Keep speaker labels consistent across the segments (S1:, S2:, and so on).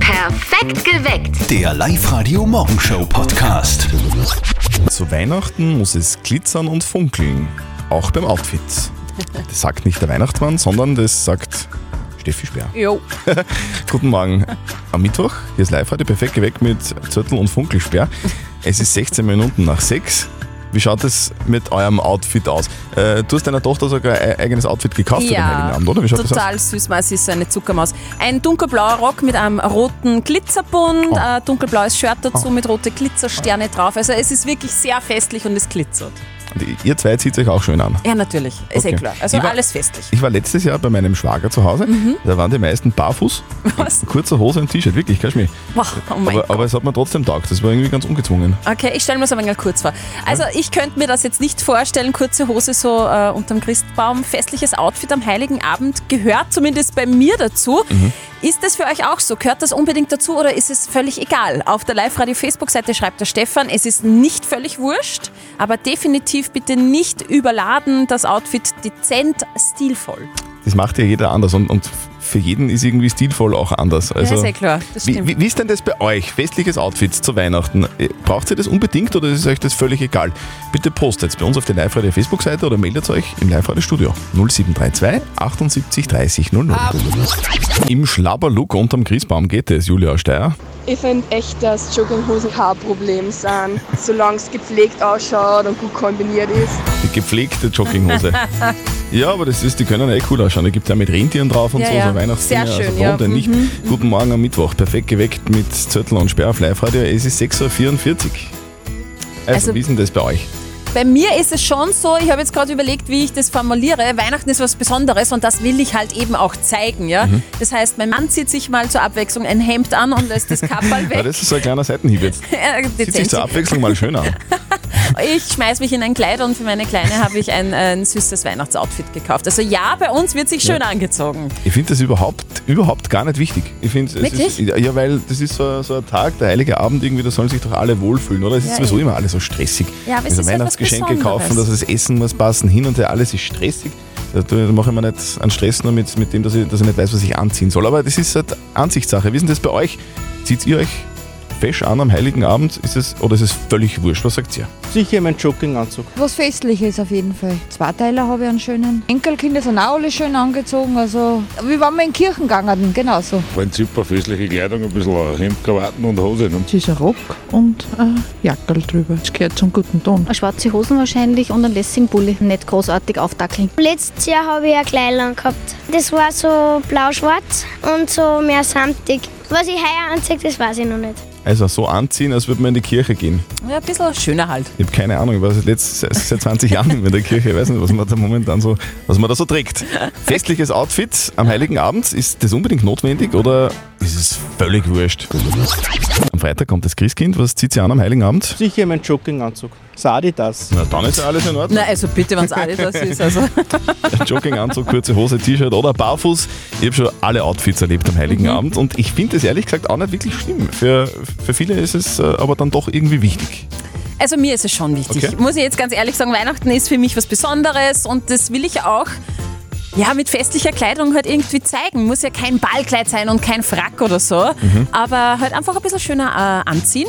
S1: Perfekt geweckt.
S2: Der Live-Radio Morgenshow Podcast.
S3: Zu Weihnachten muss es glitzern und funkeln, auch beim Outfit. Das sagt nicht der Weihnachtsmann, sondern das sagt Steffi Speer.
S4: Jo.
S3: Guten Morgen. Am Mittwoch, hier ist live heute perfekt geweckt mit Zürtel und Funkelsperr. Es ist 16 Minuten nach 6. Wie schaut es mit eurem Outfit aus? Äh, du hast deiner Tochter sogar ein eigenes Outfit gekauft für den Heiligen Abend, oder? Wie schaut das aus?
S4: total süß, weil sie ist so eine Zuckermaus. Ein dunkelblauer Rock mit einem roten Glitzerbund,
S3: Oh.
S4: ein dunkelblaues Shirt dazu mit roten Glitzersterne drauf. Also es ist wirklich sehr festlich und es glitzert.
S3: Und Ihr zwei zieht euch auch schön an.
S4: Ja, natürlich. Ist
S3: Okay.
S4: eh klar. Also
S3: Ich war-
S4: alles festlich.
S3: Ich war letztes Jahr bei meinem Schwager zu Hause. Da waren die meisten barfuß.
S4: Mhm. Was?
S3: Kurze Hose und T-Shirt, wirklich, kein Schmäh.
S4: Wow, oh mein
S3: aber, aber es hat mir trotzdem taugt. Das war irgendwie ganz ungezwungen.
S4: Okay, ich stelle mir das aber mal kurz vor. Also ich könnte mir das jetzt nicht vorstellen, kurze Hose so äh, unterm Christbaum, festliches Outfit am Heiligen Abend gehört zumindest bei mir dazu.
S3: Mhm.
S4: Ist das für euch auch so? Gehört das unbedingt dazu oder ist es völlig egal? Auf der Live-Radio-Facebook-Seite schreibt der Stefan, es ist nicht völlig wurscht, aber definitiv bitte nicht überladen, das Outfit dezent stilvoll.
S3: Das macht ja jeder anders und, und für jeden ist irgendwie stilvoll auch anders. Also,
S4: ist eh klar, das
S3: wie,
S4: stimmt.
S3: wie, wie ist denn das bei euch? Festliches Outfit zu Weihnachten. Äh, Braucht ihr das unbedingt oder ist euch das völlig egal? Bitte postet bei uns auf der Live-Radio Facebook-Seite oder meldet euch im Live-Radio-Studio 0732 78 30 00. Im Schlabberlook unterm Christbaum geht es, Julia Steier.
S5: Ich finde echt, dass Jogginghosen kein Problem sind, solange es gepflegt ausschaut und gut kombiniert ist.
S3: Die gepflegte Jogginghose. ja, aber das ist, die können eh cool ausschauen. Da gibt es ja mit Rentieren drauf und
S4: Ja,
S3: so,
S4: ja.
S3: so Weihnachtsdinger.
S4: Sehr schön,
S3: also,
S4: ja. Mhm,
S3: warum denn nicht? Guten Morgen am Mittwoch. Perfekt geweckt mit Zettel und Sperr auf Live-Radio. Es ist 6.44 Uhr. Also,
S4: Also-
S3: wie ist denn das bei euch?
S4: Bei mir ist es schon so, ich habe jetzt gerade überlegt, wie ich das formuliere. Weihnachten ist was Besonderes und das will ich halt eben auch zeigen. Ja?
S3: Mhm.
S4: Das heißt, mein Mann zieht sich mal zur Abwechslung ein Hemd an und lässt das Kapperl
S3: Ja,
S4: weg.
S3: das ist so ein kleiner Seitenhieb jetzt.
S4: Äh,
S3: Sieht sich
S4: dezent.
S3: zur Abwechslung mal schön an.
S4: Ich schmeiß mich in ein Kleid und für meine Kleine habe ich ein, äh, ein süßes Weihnachtsoutfit gekauft. Also ja, bei uns wird sich schön angezogen.
S3: Ich finde das überhaupt, überhaupt gar nicht wichtig. Ich find's, es
S4: Wirklich?
S3: Ist, ja, weil das ist so, so ein Tag, der heilige Abend irgendwie, da sollen sich doch alle wohlfühlen, oder? Es ist
S4: Ja,
S3: sowieso
S4: eh.
S3: immer alles so stressig.
S4: Ja, aber es
S3: also
S4: ist ja was
S3: Weihnachtsgeschenke
S4: Besonderes.
S3: kaufen, dass das Essen muss passen, hin und her, alles ist stressig. Da tu- da mache ich mir nicht einen Stress nur mit, mit dem, dass ich, dass ich nicht weiß, was ich anziehen soll. Aber das ist halt Ansichtssache. Wie ist denn das bei euch? Zieht ihr euch fesch an am heiligen Abend? Ist es, oder ist es völlig wurscht? Was sagt ihr?
S6: Sicher mein Jogginganzug.
S7: Was Festliches auf jeden Fall. Zwei Teile habe ich einen schönen. Enkelkinder sind auch alle schön angezogen. Also, wie wenn wir in die Kirchen gegangen, genau so.
S8: Prinzip eine festliche Kleidung, ein bisschen Hemd, Krawatten und Hose. Ne?
S9: Es ist ein Rock und ein Jackerl drüber. Das gehört zum guten Ton.
S10: Schwarze Hosen wahrscheinlich und einen lässigen Bulli. Nicht großartig aufdackeln.
S11: Letztes Jahr habe ich ein Kleidung gehabt. Das war so blau-schwarz und so mehr samtig. Was ich heuer anziehe, das weiß ich noch nicht.
S3: Also so anziehen, als würde man in die Kirche gehen.
S4: Ja, ein bisschen schöner halt.
S3: Ich habe keine Ahnung, ich war seit, letzt, seit- seit 20 Jahren nicht mehr in der Kirche. Ich weiß nicht, was man da momentan so, was man da so trägt. Festliches Outfit am Heiligen Abend, ist das unbedingt notwendig oder ist es völlig wurscht? Am Freitag kommt das Christkind, was zieht sie an am Heiligen Abend?
S6: Sicher mein Jogginganzug. Sadi das.
S3: Na, dann ist ja alles in Ordnung.
S4: Na, also bitte, wenn es Adidas ist. Also.
S3: Jogginganzug, kurze Hose, T-Shirt oder barfuß. Ich habe schon alle Outfits erlebt am Heiligen Abend und ich finde das ehrlich gesagt auch nicht wirklich schlimm. Für, für viele ist es äh, aber dann doch irgendwie wichtig.
S4: Also mir ist es schon wichtig.
S3: Okay.
S4: Muss ich jetzt ganz ehrlich sagen, Weihnachten ist für mich was Besonderes und das will ich auch ja, mit festlicher Kleidung halt irgendwie zeigen. Muss ja kein Ballkleid sein und kein Frack oder so, aber halt einfach ein bisschen schöner äh, anziehen.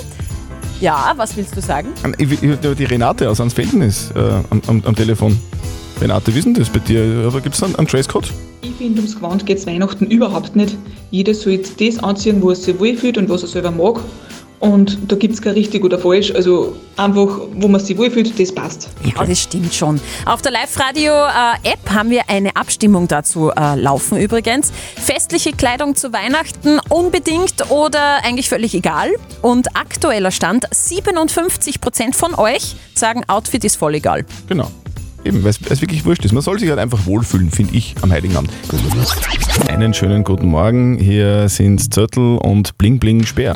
S4: Ja, was willst du sagen?
S3: Ich, ich, ich- die Renate aus Ansfelden ist äh, am, am, am Telefon. Renate, wissen das bei dir? Aber gibt es einen, einen Dresscode?
S9: Ich finde, ums Gewand geht es Weihnachten überhaupt nicht. Jeder soll jetzt das anziehen, wo er sich wohlfühlt und was er selber mag. Und da gibt es kein richtig oder falsch. Also einfach, wo man sich wohlfühlt, das passt.
S4: Ja, das stimmt schon. Auf der Live-Radio-App haben wir eine Abstimmung dazu äh, laufen übrigens. Festliche Kleidung zu Weihnachten unbedingt oder eigentlich völlig egal. Und aktueller Stand, 57% von euch sagen, Outfit ist voll egal.
S3: Genau. Eben, weil es wirklich wurscht ist. Man soll sich halt einfach wohlfühlen, finde ich, am Heiligen Abend. Einen schönen guten Morgen. Hier sind Zörtel und Bling Bling Speer.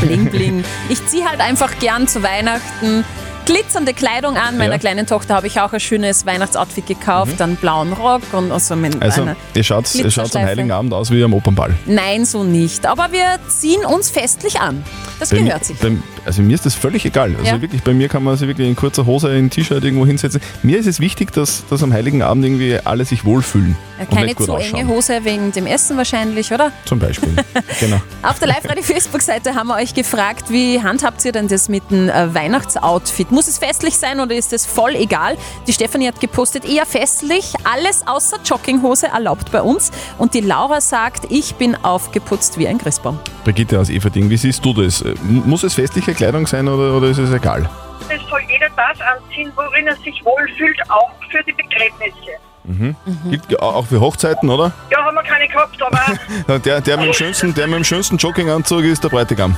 S4: Bling, bling. Ich ziehe halt einfach gern zu Weihnachten glitzernde Kleidung an. Meiner
S3: Ja. Mhm.
S4: kleinen Tochter habe ich auch ein schönes Weihnachtsoutfit gekauft, dann blauen Rock und und so mit
S3: Also,
S4: einer
S3: ihr schaut, ihr schaut am
S4: Glitzerschleife.
S3: Heiligen Abend aus wie am Opernball.
S4: Nein, so nicht. Aber wir ziehen uns festlich an. Das
S3: Bei mir-
S4: gehört sich.
S3: Bei, Also mir ist das völlig egal. Also
S4: Ja.
S3: wirklich, bei mir kann man sich wirklich in kurzer Hose, in T-Shirt irgendwo hinsetzen. Mir ist es wichtig, dass, dass am Heiligen Abend irgendwie alle sich wohlfühlen. und
S4: Keine
S3: nicht gut
S4: zu enge
S3: ausschauen.
S4: Hose wegen dem Essen wahrscheinlich, oder?
S3: Zum Beispiel. genau.
S4: Auf der Live-Radio-Facebook-Seite haben wir euch gefragt, wie handhabt ihr denn das mit dem äh, Weihnachtsoutfit? Muss es festlich sein oder ist es voll egal? Die Stefanie hat gepostet, eher festlich, alles außer Jogginghose erlaubt bei uns. Und die Laura sagt, ich bin aufgeputzt wie ein Christbaum.
S3: Brigitte aus Everding, wie siehst du das? Äh, Muss es festliche Kleidung sein oder, oder ist es egal?
S1: Es soll jeder das anziehen, worin er sich wohlfühlt, auch für die Begräbnisse.
S3: Mhm. Gilt ja auch für Hochzeiten, oder?
S1: Ja, haben wir keine gehabt, aber
S3: Der, der, mit, dem schönsten, der mit dem schönsten Jogginganzug ist der Bräutigam.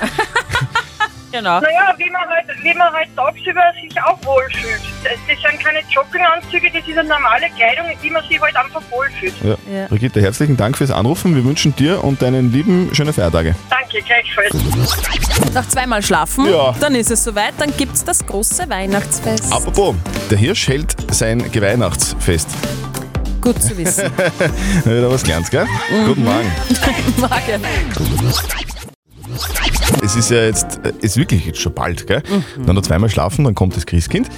S4: genau.
S1: naja, wie man, halt, wie man halt tagsüber sich auch wohlfühlt. Das, das sind keine Jogginganzüge, das ist eine normale Kleidung, in die man sich halt einfach wohlfühlt.
S3: Ja.
S1: Ja.
S3: Brigitte, herzlichen Dank fürs Anrufen. Wir wünschen dir und deinen Lieben schöne Feiertage.
S1: Danke, gleichfalls.
S4: Nach zweimal schlafen,
S3: Ja.
S4: dann ist es soweit, dann gibt es das große Weihnachtsfest.
S3: Apropos, der Hirsch hält sein Geweihnachtsfest.
S4: Gut zu wissen.
S3: Wieder was gelernt, gell? Guten Morgen.
S4: Morgen.
S3: Es ist ja jetzt, äh, ist wirklich jetzt schon bald, gell? Dann noch zweimal schlafen, dann kommt das Christkind.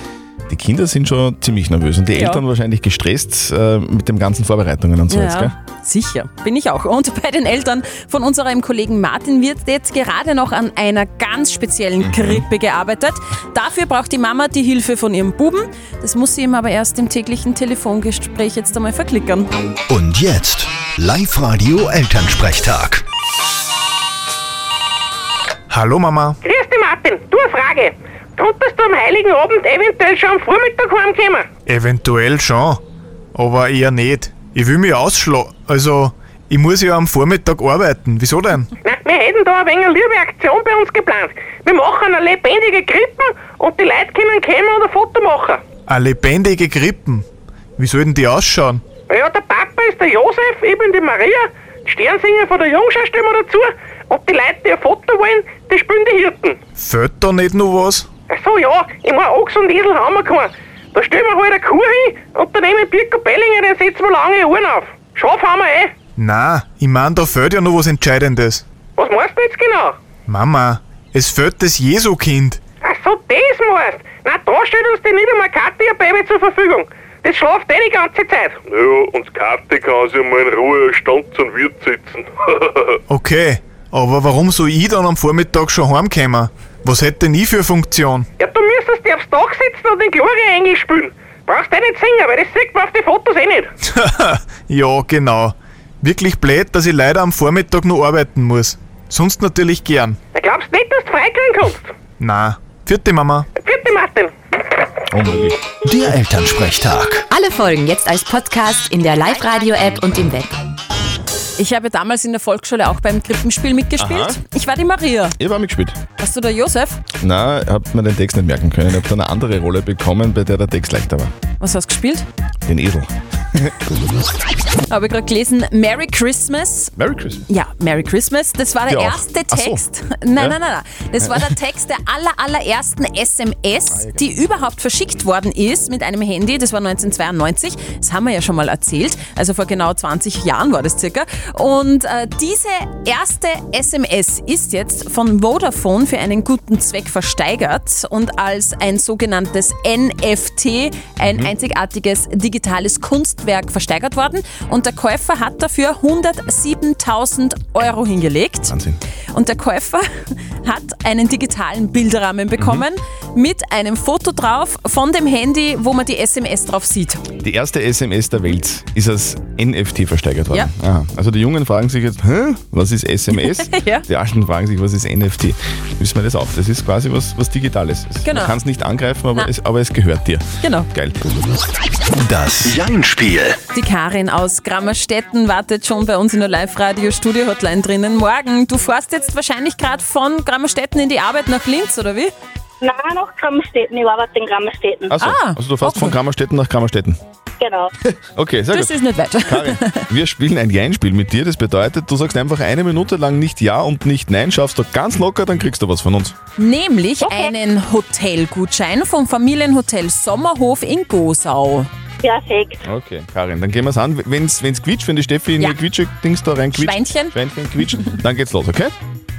S3: Die Kinder sind schon ziemlich nervös und die
S4: Ja.
S3: Eltern wahrscheinlich gestresst äh, mit den ganzen Vorbereitungen und so jetzt, gell?
S4: Sicher, bin ich auch. Und bei den Eltern von unserem Kollegen Martin wird jetzt gerade noch an einer ganz
S3: Mhm.
S4: speziellen Krippe gearbeitet. Dafür braucht die Mama die Hilfe von ihrem Buben. Das muss sie ihm aber erst im täglichen Telefongespräch jetzt einmal verklickern.
S2: Und jetzt Live-Radio Elternsprechtag.
S12: Hallo Mama.
S13: Grüß dich, Martin. Du, eine Frage. Konntest du am Heiligen Abend eventuell schon am Vormittag heimkommen?
S12: Eventuell schon, aber eher nicht. Ich will mich ausschlagen. Also, ich muss ja am Vormittag arbeiten. Wieso denn?
S13: Nein, wir hätten da ein wenig eine liebe Aktion bei uns geplant. Wir machen eine lebendige Krippen und die Leute können kommen und ein Foto machen.
S12: Eine lebendige Krippen. Wie sollten die ausschauen?
S13: Ja, der Papa ist der Josef, ich bin die Maria, die Sternsinger von der Jungschau stehen wir dazu und die Leute, die ein Foto wollen, die spielen die Hirten.
S12: Fällt da nicht noch was?
S13: Ach so, ja, ich meine, Ochs und Esel haben wir keinen. Da stellen wir halt eine Kuh hin und dann nehmen wir Birko Bellinger, den setzen wir lange Ohren auf. Schaf haben wir eh.
S12: Na, ich mein, da fällt ja noch was Entscheidendes.
S13: Was meinst du jetzt genau?
S12: Mama, es fällt das Jesukind.
S13: Ach so, das meinst Na, da steht uns die Niedermarkati ein Baby zur Verfügung. Das schlaft eh die ganze Zeit.
S14: Ja, und das Karte kann sich mal in Ruhe stand zum Wirt setzen.
S12: Okay, aber warum soll ich dann am Vormittag schon heimkommen? Was hätte denn ich für Funktion?
S13: Ja, du müsstest dich aufs Dach sitzen und den Gloria eigentlich spielen. Brauchst du nicht singen, weil das sieht man auf den Fotos eh nicht.
S12: ja, genau. Wirklich blöd, dass ich leider am Vormittag noch arbeiten muss. Sonst natürlich gern.
S13: Da glaubst du nicht, dass du freikriegen kannst.
S12: Na, vierte Mama.
S13: Vierte Martin.
S12: Unmöglich.
S2: Der Elternsprechtag.
S15: Alle Folgen jetzt als Podcast in der Live-Radio-App und im Web.
S4: Ich habe damals in der Volksschule auch beim Krippenspiel mitgespielt.
S3: Aha.
S4: Ich war die Maria.
S3: Ich habe mitgespielt.
S4: Warst du der Josef?
S3: Na, hab mir den Text nicht merken können. Ich habe eine andere Rolle bekommen, bei der der Text leichter war.
S4: Was hast du gespielt?
S3: Den Esel.
S4: Habe ich gerade gelesen, Merry Christmas.
S3: Merry Christmas.
S4: Ja, Merry Christmas. Das war der
S3: Ja.
S4: erste
S3: Ach so.
S4: Text. Nein,
S3: Ja.
S4: nein, nein, nein. Das war der Text der aller, allerersten SMS, die überhaupt verschickt worden ist mit einem Handy. Das war 1992. Das haben wir ja schon mal erzählt. Also vor genau 20 Jahren war das circa. Und äh, diese erste SMS ist jetzt von Vodafone für einen guten Zweck versteigert und als ein sogenanntes NFT, ein einzigartiges digitales Kunstwerk, versteigert worden. Und der Käufer hat dafür 107.000 Euro hingelegt.
S3: Wahnsinn.
S4: Und der Käufer hat einen digitalen Bilderrahmen bekommen mit einem Foto drauf von dem Handy, wo man die SMS drauf sieht.
S3: Die erste SMS der Welt ist als NFT versteigert worden.
S4: Ja.
S3: Aha. Also die Jungen fragen sich jetzt, Hä, was ist SMS?
S4: Ja.
S3: Die Alten fragen sich, was ist NFT? Wissen wir das auch? Das ist quasi was, was Digitales. Es-
S4: Genau.
S3: Man kann es nicht angreifen,
S4: Na.
S3: aber es, aber es gehört dir.
S4: Genau.
S3: Geil. Das Jan-Spiel.
S4: Die Karin aus Grammerstetten wartet schon bei uns in der Live-Radio-Studio-Hotline drinnen. Morgen, du fährst jetzt wahrscheinlich gerade von Grammerstetten in die Arbeit nach Linz, oder wie?
S16: Nein, nach Grammerstädten. Ich arbeite in Grammerstädten.
S3: Also,
S4: Ah,
S3: also du fährst von Kammerstätten nach Kammerstätten.
S16: Genau.
S3: Okay, sehr
S4: Das
S3: gut.
S4: ist nicht weit.
S3: Karin, wir spielen ein Jein-Spiel mit dir. Das bedeutet, du sagst einfach eine Minute lang nicht Ja und nicht Nein, schaffst du ganz locker, dann kriegst du was von uns.
S4: Nämlich einen Hotelgutschein vom Familienhotel Sommerhof in Gosau.
S16: Perfekt.
S3: Okay, Karin, dann gehen wir es an. Wenn es quietscht, wenn die Steffi in
S4: Ja.
S3: ihr Quietsche-Dings da rein quietscht,
S4: Schweinchen.
S3: Schweinchen quietscht, dann geht's los, okay?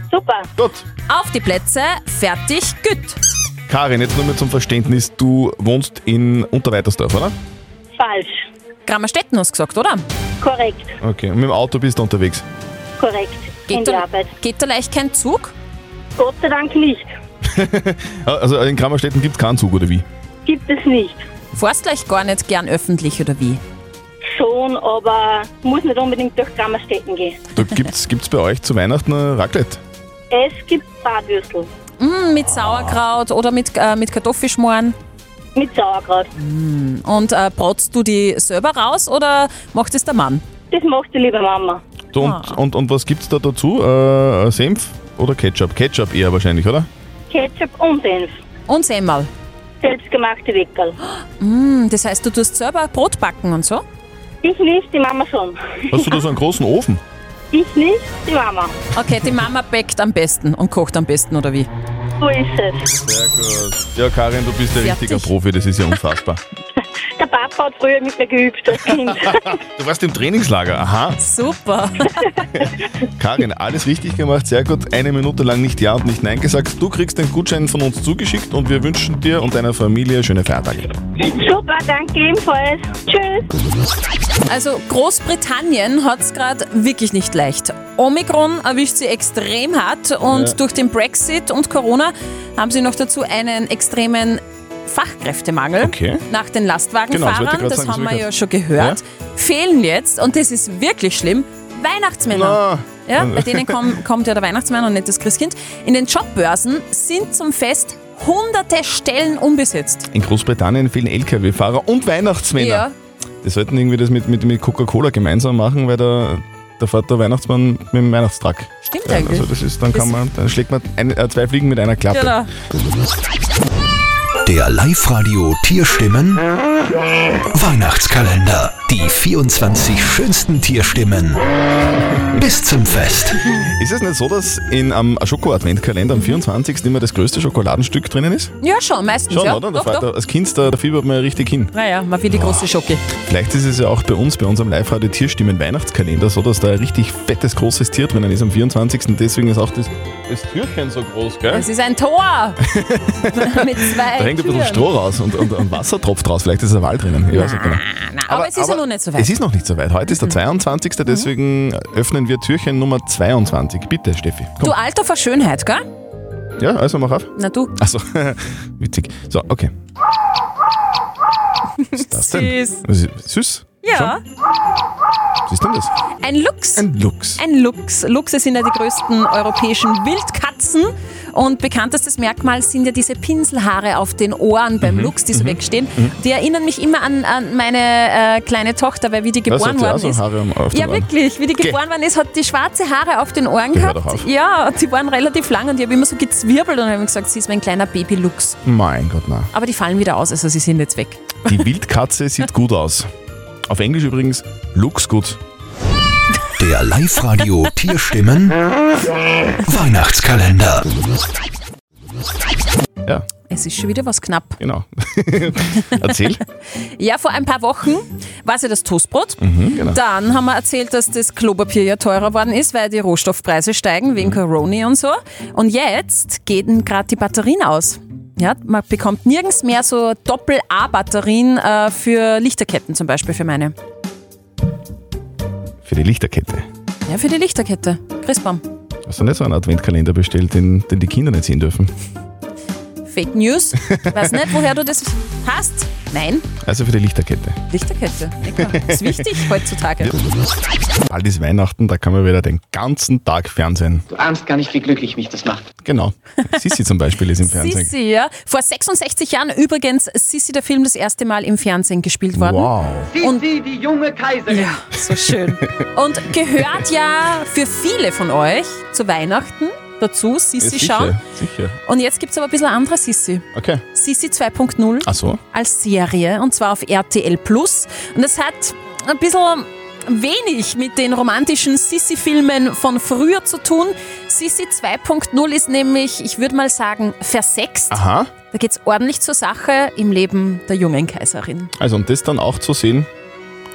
S16: Super.
S3: Gut.
S4: Auf die Plätze, fertig, gut.
S3: Karin, jetzt nur mal zum Verständnis, du wohnst in Unterweitersdorf, oder?
S16: Falsch.
S4: Grammerstetten hast du gesagt, oder?
S16: Korrekt,
S3: Okay, und mit dem Auto bist du unterwegs.
S16: korrekt. in
S4: Geht
S16: die
S4: da,
S16: Arbeit.
S4: geht da leicht kein Zug?
S16: Gott sei Dank nicht.
S3: Also in Grammerstätten gibt es keinen Zug, oder wie?
S16: Gibt es nicht.
S4: Fahrst gleich gar nicht gern öffentlich, oder wie?
S16: Schon, aber muss nicht unbedingt durch Grammerstetten gehen.
S3: Da gibt es bei euch zu Weihnachten ein Raclette.
S16: Es gibt Badwürstel
S4: Mm, mit Sauerkraut oder mit, äh, mit Kartoffelschmoren?
S16: mit Sauerkraut.
S4: Mm, Und äh, bratst du die selber raus oder macht es der Mann?
S16: Das macht die liebe Mama.
S3: So, und, und, und was gibt es da dazu? Äh, Senf oder Ketchup? Ketchup eher wahrscheinlich, oder?
S16: Ketchup und Senf.
S4: Und Semmel.
S16: Selbstgemachte Weckerl.
S4: Mm, das heißt, du tust selber Brot backen und so?
S16: Ich nicht, die Mama schon.
S3: Hast du da so einen großen Ofen?
S16: Ich nicht, die Mama.
S4: Okay, die Mama backt am besten und kocht am besten, oder wie?
S16: So ist es.
S3: Sehr gut. Ja, Karin, du bist der
S16: Fertig.
S3: richtige Profi, das ist ja unfassbar.
S16: Der Papa hat früher mit mir geübt als Kind.
S3: Du warst im Trainingslager, aha.
S4: Super.
S3: Karin, alles richtig gemacht, sehr gut. Eine Minute lang nicht Ja und nicht Nein gesagt. Du kriegst den Gutschein von uns zugeschickt und wir wünschen dir und deiner Familie schöne Feiertage.
S16: Super, danke ebenfalls. Tschüss.
S4: Also Großbritannien hat es gerade wirklich nicht leicht. Omikron erwischt sie extrem hart und
S3: Ja.
S4: durch den Brexit und Corona haben sie noch dazu einen extremen Fachkräftemangel
S3: Okay.
S4: nach den
S3: Genau, das wollte
S4: Lastwagenfahrern.
S3: ich gerade
S4: das
S3: sagen, das
S4: haben
S3: hab ich
S4: wir ja
S3: gehört.
S4: schon gehört.
S3: Ja.
S4: Fehlen jetzt, und das ist wirklich schlimm, Weihnachtsmänner. Ja, bei denen kommen, kommt ja der Weihnachtsmann und nicht das Christkind. In den Jobbörsen sind zum Fest hunderte Stellen unbesetzt.
S3: In Großbritannien fehlen Lkw-Fahrer und Weihnachtsmänner.
S4: Ja.
S3: Die sollten irgendwie das mit, mit, mit Coca-Cola gemeinsam machen, weil der, der fährt der Weihnachtsmann mit dem Weihnachtstruck.
S4: Stimmt
S3: Ja,
S4: eigentlich.
S3: Also das ist, dann
S4: Das-
S3: kann man, dann schlägt man ein, äh, zwei Fliegen mit einer Klappe.
S4: Genau.
S2: Der Live-Radio Tierstimmen Weihnachtskalender. Die 24 schönsten Tierstimmen. Bis zum Fest.
S3: Ist es nicht so, dass in am Schoko-Adventkalender am 24. immer das größte Schokoladenstück drinnen ist?
S4: Ja, schon, meistens.
S3: Schon,
S4: ja.
S3: oder? Da
S4: Doch,
S3: fährt
S4: doch.
S3: er- Als Kind, da, da fiebert man ja richtig hin.
S4: Naja, mal für die große Schocke.
S3: Vielleicht ist es ja auch bei uns, bei unserem Live-Radio Tierstimmen Weihnachtskalender so, dass da ein richtig fettes, großes Tier drinnen ist am 24. Deswegen ist auch das, das Türchen so groß, gell?
S4: Es ist ein Tor! Mit zwei.
S3: Da hängt ein bisschen
S4: Türen.
S3: Stroh raus und, und, und Wasser tropft raus. Vielleicht ist ein Wal drinnen. Ich weiß nicht genau.
S4: Nein, aber, es ist ja noch nicht so weit.
S3: Es ist noch nicht so weit. Heute ist
S4: Mhm.
S3: der 22. Deswegen öffnen wir Türchen Nummer 22. Bitte, Steffi.
S4: du Alter vor Schönheit, gell?
S3: Ja, also mach auf.
S4: Na du.
S3: Achso, witzig. So, okay. Was ist das denn?
S4: Süß.
S3: Was ist- Süß?
S4: Ja.
S3: Was ist denn das?
S4: Ein Luchs.
S3: Ein Luchs.
S4: Ein Luchs. Luchse sind ja die größten europäischen Wildkatzen. Und bekanntestes Merkmal sind ja diese Pinselhaare auf den Ohren beim Luchs, die so wegstehen.
S3: Mhm.
S4: Die erinnern mich immer an, an meine äh, kleine Tochter, weil wie die
S3: Das
S4: geboren
S3: hat ja
S4: worden
S3: auch so
S4: ist.
S3: Haare am- auf den
S4: ja,
S3: Ohren.
S4: wirklich. Wie die
S3: Geh.
S4: geboren worden ist, hat die schwarze Haare auf den Ohren
S3: Geh, hör
S4: gehabt.
S3: doch auf.
S4: Ja, die waren relativ lang und ich habe immer so gezwirbelt und habe gesagt, sie ist mein kleiner Baby-Luchs.
S3: Mein Gott, nein.
S4: Aber die fallen wieder aus, also sie sind jetzt weg.
S3: Die Wildkatze sieht gut aus. Auf Englisch übrigens, looks good.
S2: Der Live-Radio Tierstimmen Weihnachtskalender.
S3: Ja,
S4: Es ist schon wieder was knapp.
S3: genau. Erzähl.
S4: Ja, vor ein paar Wochen war es ja das Toastbrot.
S3: Mhm, genau.
S4: Dann haben wir erzählt, dass das Klopapier ja teurer worden ist, weil die Rohstoffpreise steigen
S3: Mhm.
S4: wegen Corona und so. Und jetzt gehen gerade die Batterien aus. Ja, man bekommt nirgends mehr so Doppel-A-Batterien äh, für Lichterketten zum Beispiel, für meine.
S3: Für die Lichterkette.
S4: Ja, für die Lichterkette. Christbaum.
S3: Hast du nicht so einen Adventkalender bestellt, den, den die Kinder nicht sehen dürfen?
S4: Fake News. Weiß nicht, woher du das hast. Nein,
S3: Also für die Lichterkette.
S4: Lichterkette. Egal. Ist wichtig heutzutage.
S3: Bald ist Weihnachten, da kann man wieder den ganzen Tag Fernsehen.
S17: Du ahnst gar nicht, wie glücklich mich das macht.
S3: Genau. Sissi zum Beispiel ist im Fernsehen.
S4: Sissi, ja. Vor 66 Jahren übrigens Sissi, der Film, das erste Mal im Fernsehen gespielt worden.
S3: Wow.
S17: Sissi, die junge Kaiserin.
S4: Ja, so schön. Und gehört ja für viele von euch zu Weihnachten dazu, Sissi
S3: Ja, sicher,
S4: schauen.
S3: Sicher.
S4: Und jetzt gibt es aber ein bisschen andere Sissi.
S3: Okay.
S4: Sissi 2.0
S3: Ach so.
S4: als Serie und zwar auf RTL Plus. Und das hat ein bisschen wenig mit den romantischen Sissi-Filmen von früher zu tun. Sissi 2.0 ist nämlich, ich würde mal sagen, versext.
S3: Aha.
S4: Da geht's ordentlich zur Sache im Leben der jungen Kaiserin.
S3: Also und das dann auch zu sehen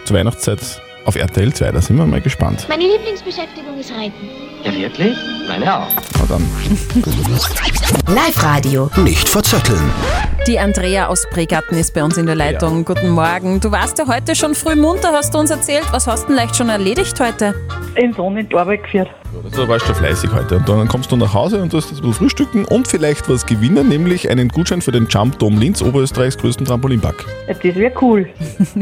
S3: zur Weihnachtszeit auf RTL 2, da sind wir mal gespannt.
S18: Meine Lieblingsbeschäftigung ist Reiten.
S17: Ja, wirklich? Meine auch.
S3: Na dann.
S15: Live Radio.
S2: Nicht verzetteln.
S4: Die Andrea aus Pregarten ist bei uns in der Leitung. Guten Morgen. Du warst ja heute schon früh munter, hast du uns erzählt. Was hast du denn leicht schon erledigt heute?
S18: In Sohn in die Arbeit geführt.
S3: Also warst du fleißig heute. Und dann kommst du nach Hause und tust jetzt ein bisschen frühstücken und vielleicht was gewinnen, nämlich einen Gutschein für den Jump Dome Linz, Oberösterreichs größten Trampolinpark.
S18: Ja, das wäre cool.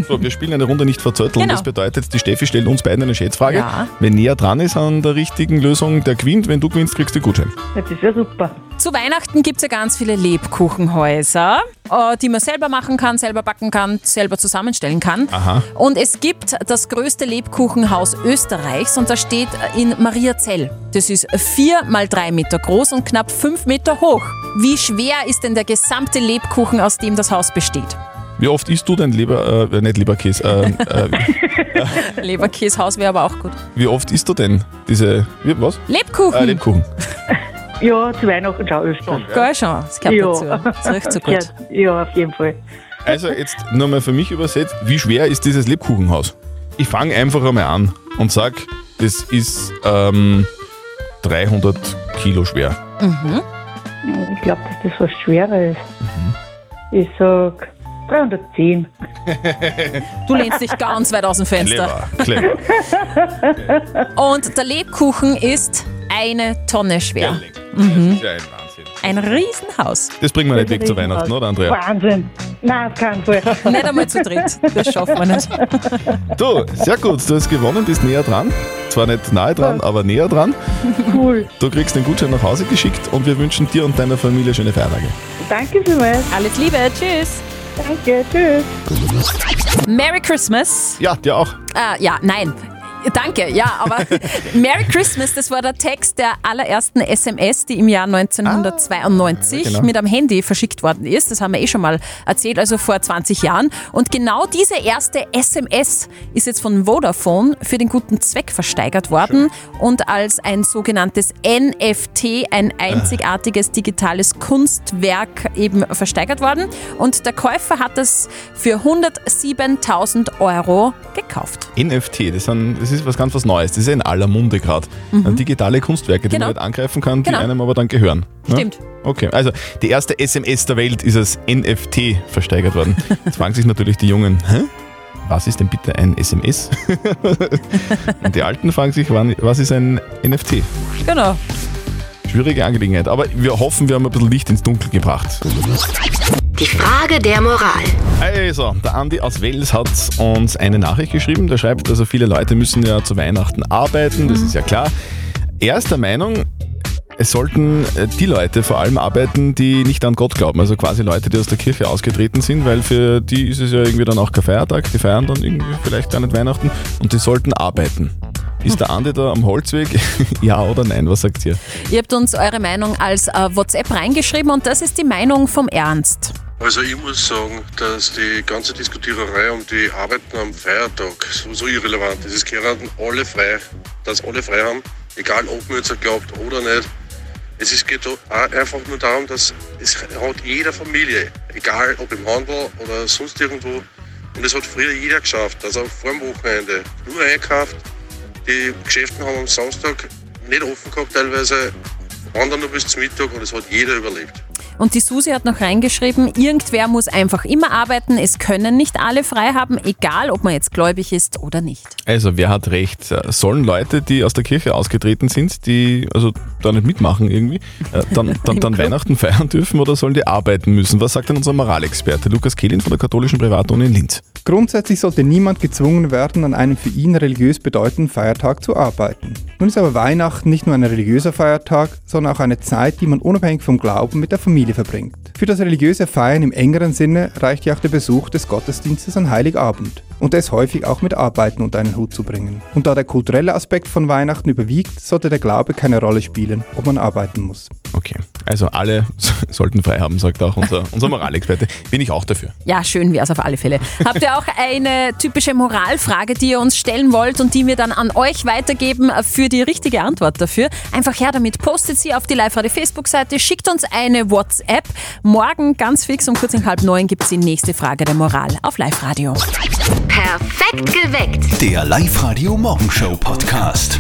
S3: So, wir spielen eine Runde nicht verzötteln.
S18: Genau.
S3: Das bedeutet, die Steffi stellt uns beiden eine Schätzfrage.
S18: Ja.
S3: Wer näher dran ist an der richtigen Lösung, der gewinnt. Wenn du gewinnst, kriegst du den Gutschein.
S4: Ja, das wäre super. Zu Weihnachten gibt es ja ganz viele Lebkuchenhäuser, äh, die man selber machen kann, selber backen kann, selber zusammenstellen kann.
S3: Aha.
S4: Und es gibt das größte Lebkuchenhaus Österreichs und das steht äh, in Mariazell. Das ist vier mal drei Meter groß und knapp fünf Meter hoch. Wie schwer ist denn der gesamte Lebkuchen, aus dem das Haus besteht?
S3: Wie oft isst du dein Leber, äh, nicht Leberkäse, äh, äh, wie-
S4: Leberkäsehaus wäre aber auch gut.
S3: wie oft isst du denn diese, wie, was?
S4: Lebkuchen.
S18: Hm.
S3: Äh, Lebkuchen.
S18: Ja, zu Weihnachten schon öfter.
S4: Gell schon, das gehört dazu. Das riecht so gut.
S18: Ja, auf jeden Fall.
S3: Also jetzt nochmal für mich übersetzt, wie schwer ist dieses Lebkuchenhaus? Ich fange einfach einmal an und sag, das ist ähm, 300 Kilo schwer.
S18: Mhm. Ich glaube, dass das was schwerer ist. Ich sag 310.
S4: Du lehnst dich ganz weit aus dem Fenster.
S3: Clever,
S4: Und der Lebkuchen ist eine Tonne schwer. Mhm.
S3: Ja, ein Wahnsinn.
S4: Ein Riesenhaus.
S3: Das bringen wir nicht weg zu Weihnachten, oder Andrea?
S18: Wahnsinn. Nein, auf keinen Fall.
S4: Nicht einmal zu dritt. Das schaffen wir nicht.
S3: Du, sehr gut, du hast gewonnen, bist näher dran. Zwar nicht nahe dran, aber näher dran.
S18: Cool.
S3: Du kriegst den Gutschein nach Hause geschickt und wir wünschen dir und deiner Familie schöne Feiertage.
S18: Danke vielmals.
S4: Alles Liebe. Tschüss.
S18: Danke. Tschüss.
S4: Merry Christmas.
S3: Ja, dir auch.
S4: Ah, ja, nein. Danke, ja, aber Merry Christmas, das war der Text der allerersten SMS, die im Jahr 1992
S15: Ah, genau.
S4: mit am Handy verschickt worden ist. Das haben wir eh schon mal erzählt, also vor 20 Jahren. Und genau diese erste SMS ist jetzt von Vodafone für den guten Zweck versteigert worden und als ein sogenanntes NFT, ein
S15: Äh.
S4: einzigartiges digitales Kunstwerk, eben versteigert worden. Und der Käufer hat es für 107.000 Euro gekauft.
S3: NFT, das, sind, das ist was ganz was Neues. Das ist ja in aller Munde gerade.
S4: Mhm.
S3: Äh, Digitale Kunstwerke, die
S4: Genau.
S3: man nicht angreifen kann, die
S4: Genau.
S3: einem aber dann gehören. ne?
S4: Stimmt.
S3: Okay, also die erste SMS der Welt ist als NFT versteigert worden. Jetzt fragen sich natürlich die Jungen, hä? Was ist denn bitte ein SMS? Und die Alten fragen sich, wann, was ist ein NFT?
S4: Genau.
S3: Schwierige Angelegenheit, aber wir hoffen, wir haben ein bisschen Licht ins Dunkel gebracht.
S15: Die Frage der Moral.
S3: Also, der Andi aus Wels hat uns eine Nachricht geschrieben. Der schreibt, also viele Leute müssen ja zu Weihnachten arbeiten, das ist ja klar. Er ist der Meinung, es sollten äh, die Leute vor allem arbeiten, die nicht an Gott glauben. Also quasi Leute, die aus der Kirche ausgetreten sind, weil für die ist es ja irgendwie dann auch kein Feiertag. Die feiern dann irgendwie vielleicht gar nicht Weihnachten und die sollten arbeiten. Ist der Andi da am Holzweg? ja oder nein? Was sagt ihr?
S4: Ihr habt uns eure Meinung als äh, WhatsApp reingeschrieben und das ist die Meinung vom Ernst.
S19: Also ich muss sagen, dass die ganze Diskutiererei um die Arbeiten am Feiertag sowieso irrelevant ist. Es gehören alle frei, dass alle frei haben, egal ob man jetzt glaubt oder nicht. Es ist, geht doch auch einfach nur darum, dass es hat jeder Familie, egal ob im Handel oder sonst irgendwo, und es hat früher jeder geschafft, dass er vor dem Wochenende nur einkauft. Die Geschäfte haben am Samstag nicht offen gehabt teilweise, wandern nur bis zum Mittag und es hat jeder überlebt.
S4: Und die Susi hat noch reingeschrieben, irgendwer muss einfach immer arbeiten, es können nicht alle frei haben, egal ob man jetzt gläubig ist oder nicht.
S3: Also, wer hat recht? Äh, Sollen Leute, die aus der Kirche ausgetreten sind, die also da nicht mitmachen irgendwie, äh, dann, dann, dann Weihnachten feiern dürfen oder sollen die arbeiten müssen? Was sagt denn unser Moralexperte Lukas Kehlin von der katholischen Privatuni in Linz?
S20: Grundsätzlich sollte niemand gezwungen werden, an einem für ihn religiös bedeutenden Feiertag zu arbeiten. Nun ist aber Weihnachten nicht nur ein religiöser Feiertag, sondern auch eine Zeit, die man unabhängig vom Glauben mit der Familie verbringt. Für das religiöse Feiern im engeren Sinne reicht ja auch der Besuch des Gottesdienstes an Heiligabend und der ist häufig auch mit Arbeiten unter einen Hut zu bringen. Und da der kulturelle Aspekt von Weihnachten überwiegt, sollte der Glaube keine Rolle spielen, ob man arbeiten muss.
S3: Okay, also alle sollten frei haben, sagt auch unser, unser Moralexperte. Bin ich auch dafür.
S4: Ja, schön wäre es auf alle Fälle. Habt ihr auch eine typische Moralfrage, die ihr uns stellen wollt und die wir dann an euch weitergeben für die richtige Antwort dafür? Einfach her damit, postet sie auf die Live-Radio-Facebook-Seite, schickt uns eine WhatsApp. Morgen ganz fix um kurz nach halb neun gibt es die nächste Frage der Moral auf Live-Radio.
S15: Perfekt geweckt.
S2: Der Live-Radio Morgenshow Podcast.